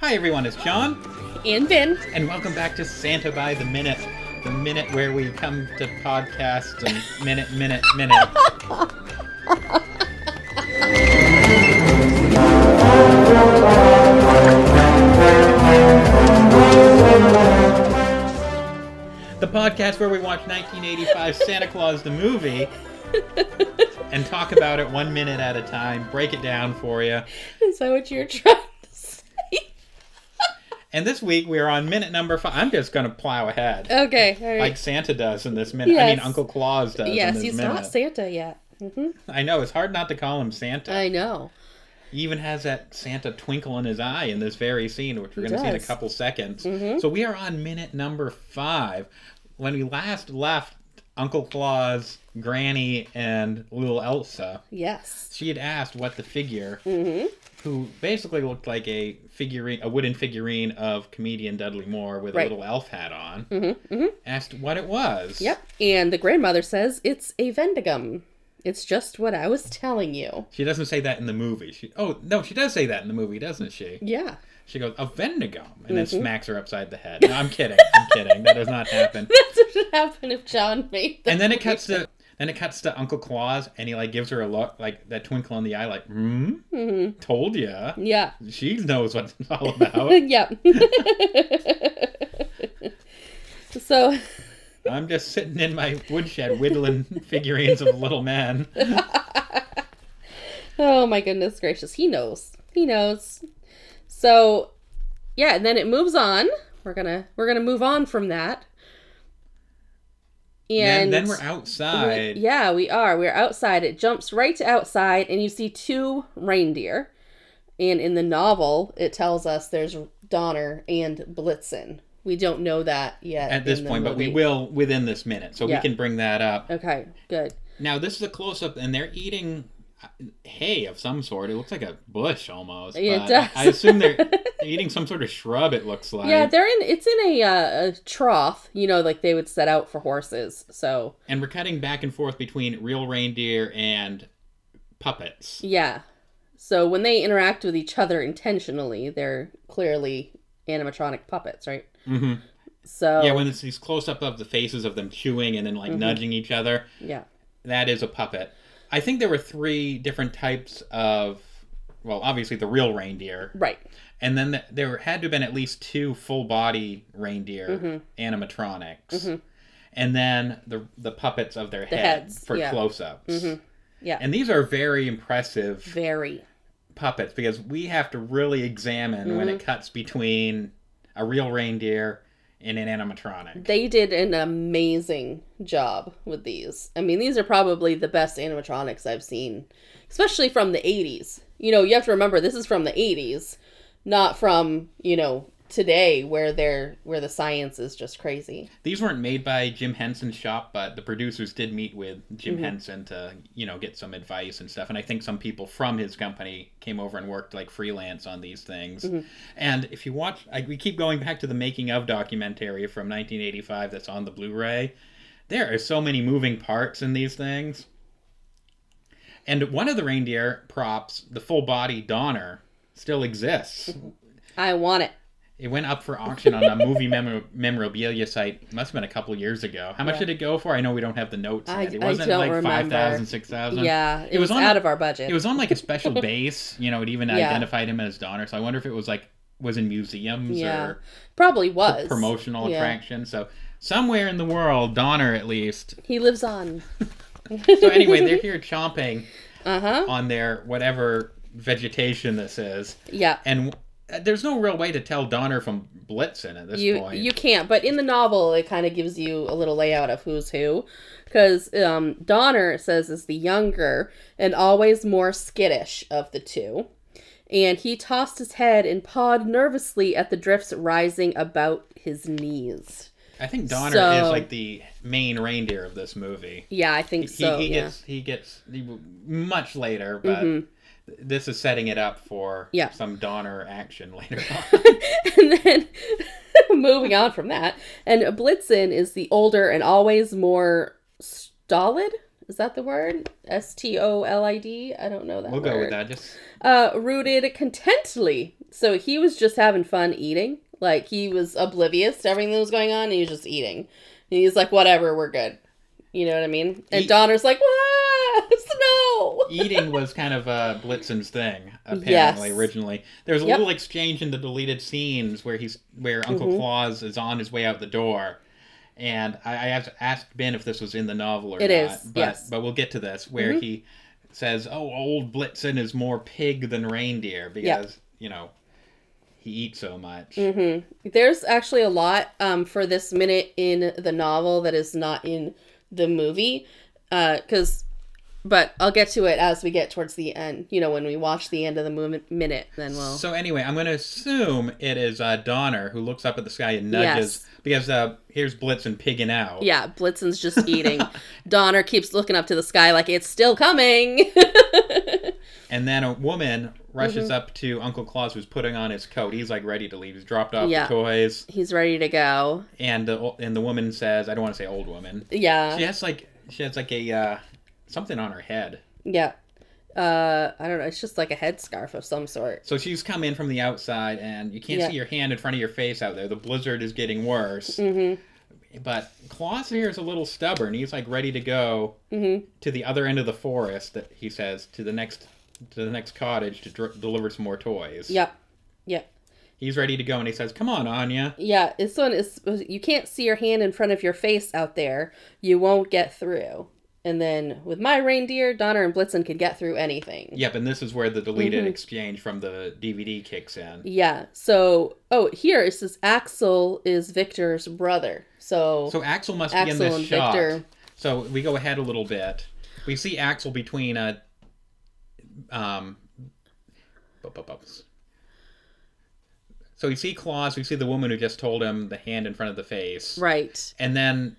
Hi everyone, it's John, and Ben. and welcome back to Santa by the Minute, the minute where we come to podcast and minute, minute, minute. the podcast where we watch 1985 Santa Claus the movie and talk about it one minute at a time, break it down for you. Is that what you're trying to say? And this week we are on minute number five. I'm just going to plow ahead. Okay, all right. like Santa does in this minute. I mean, Yes. Uncle Claus does. in yes, this he's minute. not Santa yet. hmm I know it's hard not to call him Santa. I know. He even has that Santa twinkle in his eye in this very scene, which we're He going to see in a does. Mm-hmm. couple seconds. So we are on minute number five. When we last left Uncle Claus, Granny, and little Elsa, Yes. she had asked what the figure, hmm who basically looked like a figurine, a wooden figurine of comedian Dudley Moore with Right. a little elf hat on, hmm hmm asked what it was. Yep. And the grandmother says it's a Vendigum. It's just what I was telling you. She doesn't say that in the movie. She oh no, she does say that in the movie, doesn't she? Yeah. She goes a Vendigum, and then Mm-hmm. smacks her upside the head. No, I'm kidding. I'm kidding. That does not happen. That's what would happen if John made that. And then it cuts to then it cuts to Uncle Claus, and he like gives her a look, like that twinkle in the eye, like hmm, Mhm. told ya. Yeah. She knows what it's all about. yep. so, I'm just sitting in my woodshed whittling figurines of little men. oh my goodness gracious. He knows. He knows. So, yeah, and then it moves on. We're going to we're going to move on from that. And And then we're we- outside. yeah, we are. We're outside. It jumps right to outside and you see two reindeer. And in the novel, it tells us there's Donner and Blitzen. We don't know that yet At this in the point, but we movie. will within this minute, so Yeah. we can bring that up. Okay, good. Now this is a close up, and they're eating uh, hay of some sort. It looks like a bush almost. It but does. I assume they're, they're eating some sort of shrub. It looks like. Yeah, they're in. It's in a, uh, a trough, you know, like they would set out for horses. So and we're cutting back and forth between real reindeer and puppets. yeah, so when they interact with each other intentionally, they're clearly animatronic puppets, right? hmm So Yeah, when it's these close up of the faces of them chewing and then like Mhm. nudging each other, yeah, that is a puppet. I think there were three different types of. Well, obviously the real reindeer, right. and then th there had to have been at least two full body reindeer Mhm. animatronics. Mhm. and then the the puppets of their The heads, heads, for yeah. close-ups. Mhm. Yeah. And these are very impressive Very. puppets because we have to really examine when Mm-hmm. it cuts between a real reindeer and an animatronic. They did an amazing job with these. I mean, these are probably the best animatronics I've seen, especially from the 80s. You know, you have to remember this is from the 80s, not from, you know, today where they're where the science is just crazy. These weren't made by Jim Henson's shop, but the producers did meet with Jim Mhm. Henson to, you know, get some advice and stuff. And I think some people from his company came over and worked like freelance on these things. Mhm. And if you watch, I, we keep going back to the making of documentary from 1985 that's on the Blu-ray. There are so many moving parts in these things. And one of the reindeer props, the full body Donner, still exists. I want it. It went up for auction on a movie memor- memorabilia site. Must have been a couple years ago. How much Yeah. did it go for? I know we don't have the notes. I- yet. It I wasn't don't like remember. five thousand, six thousand. Yeah, it, It was was, on out the- of our budget. It was on like a special base. You know, it even Yeah. identified him as Donner. So I wonder if it was like was in museums Yeah. or Probably was. promotional Yeah. attraction. So somewhere in the world, Donner at least. He lives on. So anyway, they're here chomping Uh-huh. on their whatever vegetation this is, Yeah. and uh, there's no real way to tell Donner from Blitzen at this you point. you can't but in the novel it kind of gives you a little layout of who's who because um, donner it says is the younger and always more skittish of the two and he tossed his head and pawed nervously at the drifts rising about his knees I think Donner is So- like the main reindeer of this movie. yeah i think He, so he yeah gets he gets he, much later, but th- this is setting it up for Mm-hmm. Yeah. some Donner action later on. and then moving on from that and blitzen is the older and always more stolid Is that the word? S T O L I D? I don't know that We'll word. go with that. Just Uh, rooted contently. So he was just having fun eating. Like he was oblivious to everything that was going on. And he was just eating. And he's like, whatever, we're good. You know what I mean? And Eat- Donner's like, what? No. eating was kind of uh, Blitzen's thing apparently Yes. originally. There's a Yep. little exchange in the deleted scenes where he's where Uncle Mhm. Claus is on his way out the door, and I, I have asked Ben if this was in the novel or not. It is, but yes. but we'll get to this where Mhm. he says, "Oh, old Blitzen is more pig than reindeer because you know he eats so much." hmm There's actually a lot um, for this minute in the novel that is not in the movie, because. but I'll get to it as we get towards the end. You know, when we watch the end of the movement minute, then we'll. So anyway, I'm going to assume it is uh, Donner who looks up at the sky and nudges because uh, here's Blitzen pigging out. yeah, Blitzen's just eating. Donner keeps looking up to the sky like it's still coming. And then a woman rushes Mm-hmm. up to Uncle Claus, who's putting on his coat. He's like ready to leave. He's dropped off Yeah. the toys, He's ready to go. and the o- and the woman says, "I don't want to say old woman." Yeah, She has like she has like a uh, something on her head. yeah. Uh, I don't know. It's just like a headscarf of some sort. So she's come in from the outside, and you can't Yeah. see your hand in front of your face out there. The blizzard is getting worse, hmm but Claus here is a little stubborn. He's like ready to go hmm to the other end of the forest. That he says to the next to the next cottage to dr- deliver some more toys. Yep. He's ready to go, and he says, "Come on, Anya." Yeah, this one is. You can't see your hand in front of your face out there. You won't get through. And then with my reindeer, Donner and Blitzen could get through anything. Yep, and this is where the deleted Mhm. exchange from the DVD kicks in. Yeah, So, oh, here it says Axel is Victor's brother. So, So Axel must be in Axel this and shot. Victor. So we go ahead a little bit. We see Axel between a um bu- bu- bu- So we see Claus, we see the woman who just told him the hand in front of the face. Right. And then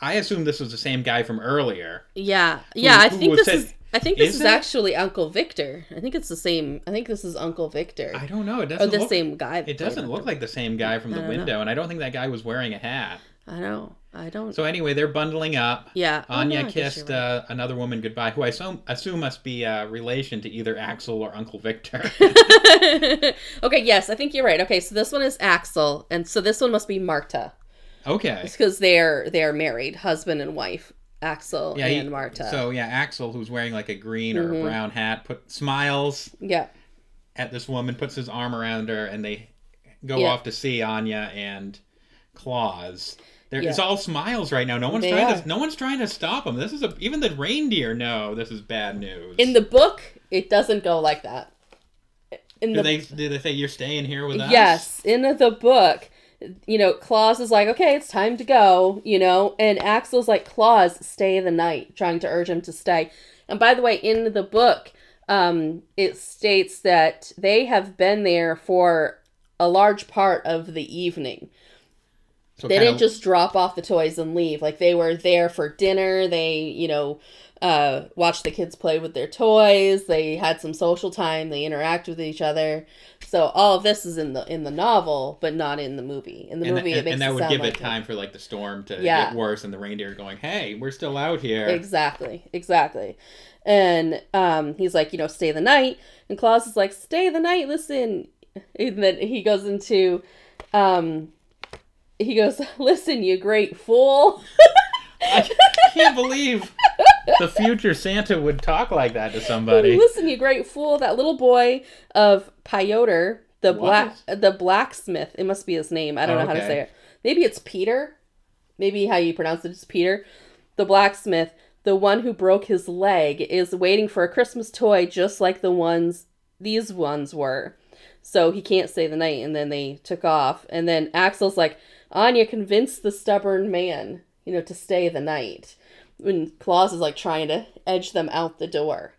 I assume this was the same guy from earlier. Yeah. Yeah. I who think was this is. said- I think this Is is, it? actually Uncle Victor. I think it's the same. I think this is Uncle Victor. I don't know. It Or doesn't Oh, the look same guy. that it played doesn't him. look like the same guy from I the don't know. window, and I don't think that guy was wearing a hat. I know. I don't. So anyway, they're bundling up. yeah. Oh, no, I Anya guess you're kissed right. uh, another woman goodbye, who I assume, assume must be a relation to either Axel or Uncle Victor. okay, yes, I think you're right. Okay, so this one is Axel, and so this one must be Marta. okay. It's because they're they're married, husband and wife, Axel Yeah, he- and Marta. So yeah, Axel, who's wearing like a green or a Mhm. brown hat, put smiles yeah, at this woman, puts his arm around her, and they go Yeah. off to see Anya and Claus. There, It's Yeah. all smiles right now. No one's They trying are. to. No one's trying to stop them. This is a. Even the reindeer know this is bad news. in the book, it doesn't go like that. In do the they do they say you're staying here with us? Yes, in the book, you know, Claus is like, okay, it's time to go, you know, and Axel's like, Claus, stay the night, trying to urge him to stay. And by the way, in the book, um, it states that they have been there for a large part of the evening. So They kinda- didn't just drop off the toys and leave. Like they were there for dinner. They, you know, uh, watched the kids play with their toys. They had some social time. They interact with each other. So all of this is in the in the novel, but not in the movie. In the and, movie, and- it makes and it that would sound give like it time for like the storm to Yeah. get worse and the reindeer going hey we're still out here Exactly, exactly. And um, he's like, you know, stay the night. And Claus is like, stay the night, listen. And then he goes into, um, he goes, listen, you great fool. i can't believe the future santa would talk like that to somebody Listen, you great fool! That little boy of Piotr, the What? black, the blacksmith. It must be his name. I don't Oh, know how to okay. say it. Maybe it's Peter. Maybe how you pronounce it is Peter, the blacksmith. The one who broke his leg is waiting for a Christmas toy, just like the ones these ones were. So he can't stay the night, and then they took off. And then Axel's like, Anya convinced the stubborn man, you know, to stay the night. When Claus is like trying to edge them out the door,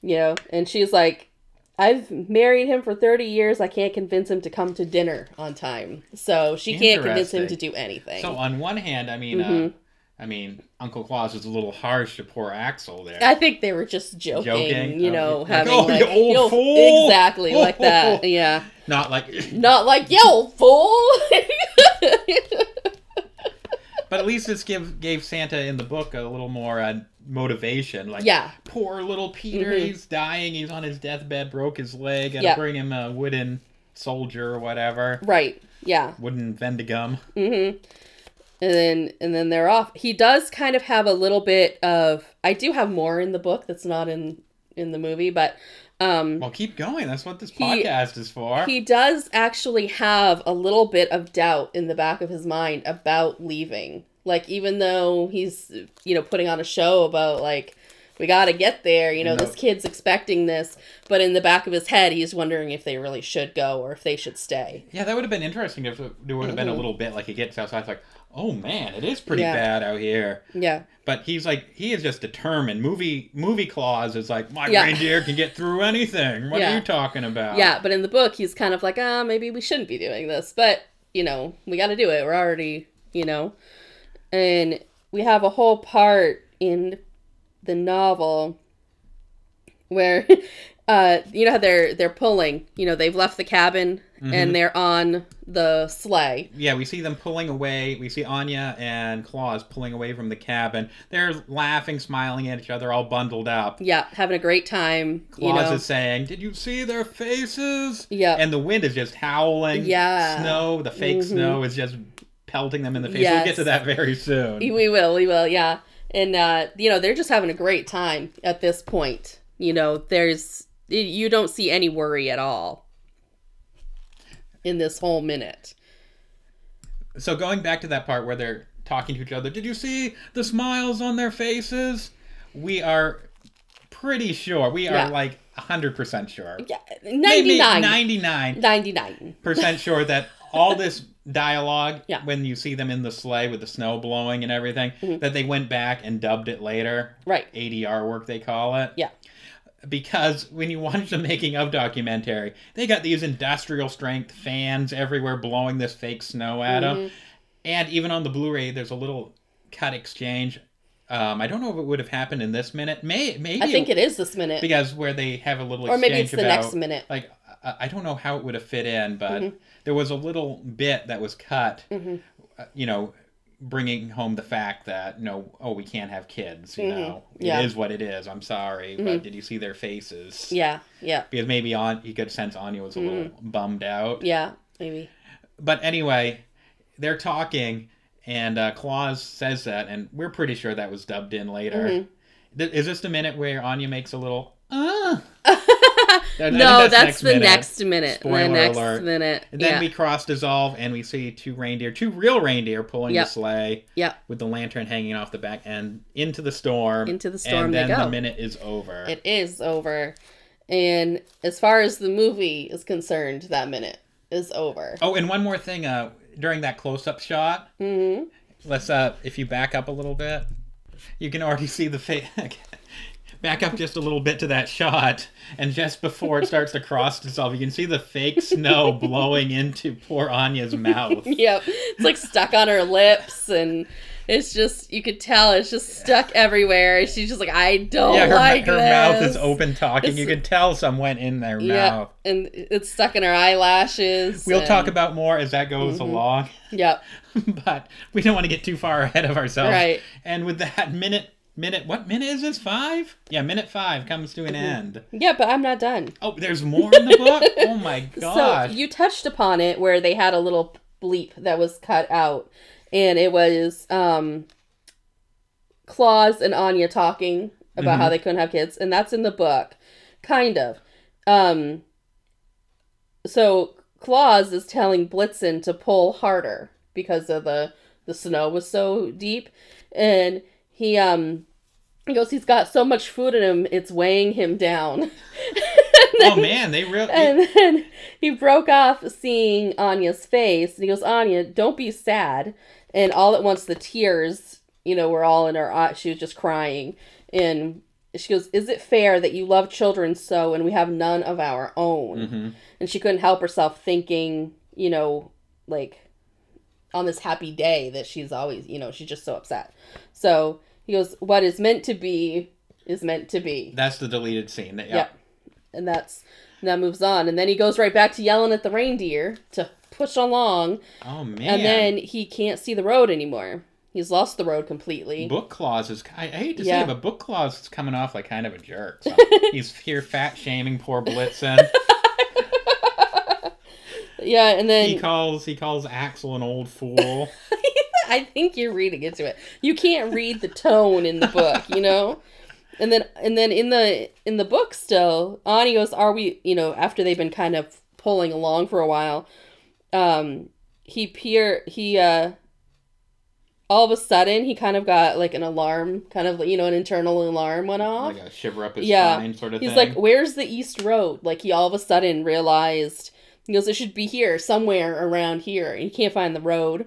you know, and she's like, I've married him for 30 years. I can't convince him to come to dinner on time. So she can't convince him to do anything. so on one hand i mean uh, Mhm. i mean uncle claus is a little harsh to poor axel there I think they were just joking, Joking? you Oh, know, like, having "Oh, like, you old "Yo, fool!" exactly like that. Yeah. not like Not like, yo, fool. But at least this give gave Santa in the book a little more uh, motivation. Like, Yeah. poor little Peter, Mhm. he's dying. He's on his deathbed, broke his leg, and Yeah. bring him a wooden soldier or whatever, Right. Yeah. wooden Vendigum. hmm And then and then they're off. He does kind of have a little bit of I do have more in the book that's not in in the movie, but um Well, keep going. That's what this He- podcast is for. he does actually have a little bit of doubt in the back of his mind about leaving. Like even though he's you know putting on a show about like we got to get there, you know, No. this kid's expecting this, but in the back of his head he's wondering if they really should go or if they should stay. yeah, that would have been interesting if it there would have been a Mhm. little bit like he gets outside, it's like, oh man, it is pretty Yeah. bad out here. Yeah. But he's like, he is just determined. Movie movie clause is like, my Yeah. reindeer can get through anything. What Yeah. are you talking about? Yeah, but in the book, he's kind of like, ah, maybe we shouldn't be doing this, but you know, we got to do it. We're already, you know, and we have a whole part in the novel where, uh, you know how they're they're pulling. You know, they've left the cabin and they're on the sleigh. Yeah, we see them pulling away. We see Anya and Claus pulling away from the cabin. They're laughing, smiling at each other, all bundled up. Yeah, having a great time. Claus you know, is saying, "Did you see their faces?" Yeah. And the wind is just howling. Yeah. Snow, the fake Mhm. snow is just pelting them in the face. We'll get Yes. to that very soon. We will, we will, yeah. And uh, you know, they're just having a great time at this point. You know, there's you don't see any worry at all in this whole minute. So going back to that part where they're talking to each other, did you see the smiles on their faces? We are pretty sure. We are Yeah. like 100% sure. Yeah, Maybe 99 99. 99. percent sure that all this dialogue Yeah. when you see them in the sleigh with the snow blowing and everything Mhm. that they went back and dubbed it later Right. adr work they call it Yeah. because when you watch the making of documentary they got these industrial strength fans everywhere blowing this fake snow at Mm-hmm. them and even on the blu-ray there's a little cut exchange um, i don't know if it would have happened in this minute may maybe I think it is this minute. because where they have a little or exchange maybe it's the about next minute. Mm-hmm. like I I don't know how it would have fit in, but there was a little bit that was cut, Mhm. uh, you know, bringing home the fact that no, oh, we can't have kids. You Mhm. know, Yeah. Mm-hmm. it is what it is. I'm sorry, but did you see their faces? Yeah, yeah. Because maybe on you could sense Anya was a little bummed out. Mm-hmm. Yeah, maybe. But anyway, they're talking, and uh, Claus says that, and we're pretty sure that was dubbed in later. Mm-hmm. Th- is this the minute where Anya makes a little? Ah. That- I think No, that's, the minute. next minute. Spoiler the next alert. minute. And then yeah. we cross dissolve and we see two reindeer, two real reindeer pulling Yep. the sleigh yeah. with the lantern hanging off the back end into the storm. Into the storm And they then go. the minute is over. It is over. And as far as the movie is concerned, that minute is over. oh, and one more thing. Uh, during that close-up shot, hmm let's uh, if you back up a little bit, you can already see the face. back up just a little bit to that shot, and just before it starts to cross dissolve, you can see the fake snow blowing into poor Anya's mouth. Yep. It's like stuck on her lips and it's just you could tell it's just stuck everywhere. She's just like, I don't yeah, her, like her this. mouth is open talking. It's- you can tell some went in their Yeah. mouth. And it's stuck in her eyelashes. We'll and- talk about more as that goes Mm-hmm. along, Yep. but we don't want to get too far ahead of ourselves. Right. And with that minute, minute, what minute is this? Five? Yeah, minute five comes to an Mm-hmm. end. Yeah, but I'm not done. Oh, there's more in the book. oh my gosh. So you touched upon it where they had a little bleep that was cut out, and it was um, Claus and Anya talking about how they couldn't have kids, and that's in the book, kind of. Um, so Claus is telling Blitzen to pull harder because of the the snow was so deep, and he um. He goes, he's got so much food in him, it's weighing him down. oh man, they really. And then he broke off seeing Anya's face and he goes, Anya, don't be sad. And all at once, the tears, you know, were all in her eye. She was just crying. And she goes, Is it fair that you love children so and we have none of our own? Mhm. And she couldn't help herself thinking, you know, like on this happy day that she's always, you know, she's just so upset. So he goes, What is meant to be is meant to be That's the deleted scene. That, yeah. Yep. and that's and that moves on and then he goes right back to yelling at the reindeer to push along Oh man. and then he can't see the road anymore He's lost the road completely. Book Claus is, I, I hate to say Yeah. it, but Book Claus is coming off like kind of a jerk. So he's here fat shaming poor Blitzen. yeah, and he then calls he calls Axel an old fool. I think you're reading into it. You can't read the tone in the book, you know? And then and then in the in the book still, Ani goes, Are we you know, after they've been kind of pulling along for a while, um he peer he uh all of a sudden he kind of got like an alarm, kind of you know, an internal alarm went off. like a shiver up his Yeah. spine sort of He's thing. like, "Where's the East Road?" Like he all of a sudden realized he goes, "It should be here, somewhere around here." And he can't find the road.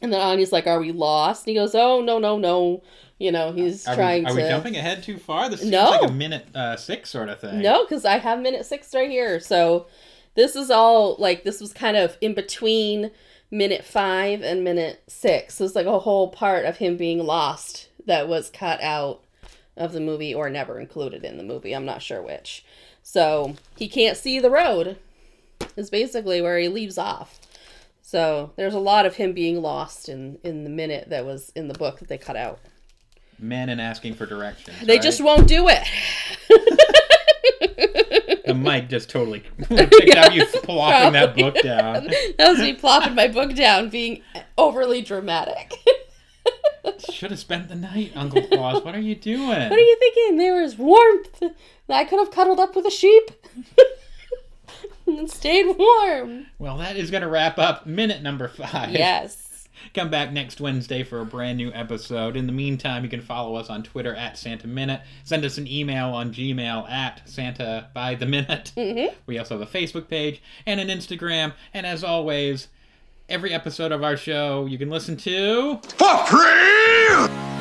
And then Anya's like, "Are we lost?" And he goes, "Oh no, no, no." You know, he's are trying we, are to. we jumping ahead too far? This seems No. like a minute uh, six sort of thing. No, because I have minute six right here. So this is all like this was kind of in between minute five and minute six. So it's like a whole part of him being lost that was cut out of the movie or never included in the movie. I'm not sure which. So he can't see the road is basically where he leaves off. So there's a lot of him being lost in in the minute that was in the book that they cut out. Men and asking for directions. They right? just won't do it. the mic just totally picked up you plopping that Probably. book down. That was me plopping my book down, being overly dramatic. Should have spent the night, Uncle Claus. What are you doing? what are you thinking? There was warmth. I could have cuddled up with a sheep and stayed warm. Well, that is going to wrap up minute number five. Yes. Come back next Wednesday for a brand new episode. In the meantime, you can follow us on Twitter at Santa Minute. Send us an email on Gmail at Santa by the Minute. hmm We also have a Facebook page and an Instagram. And as always, every episode of our show you can listen to. For real?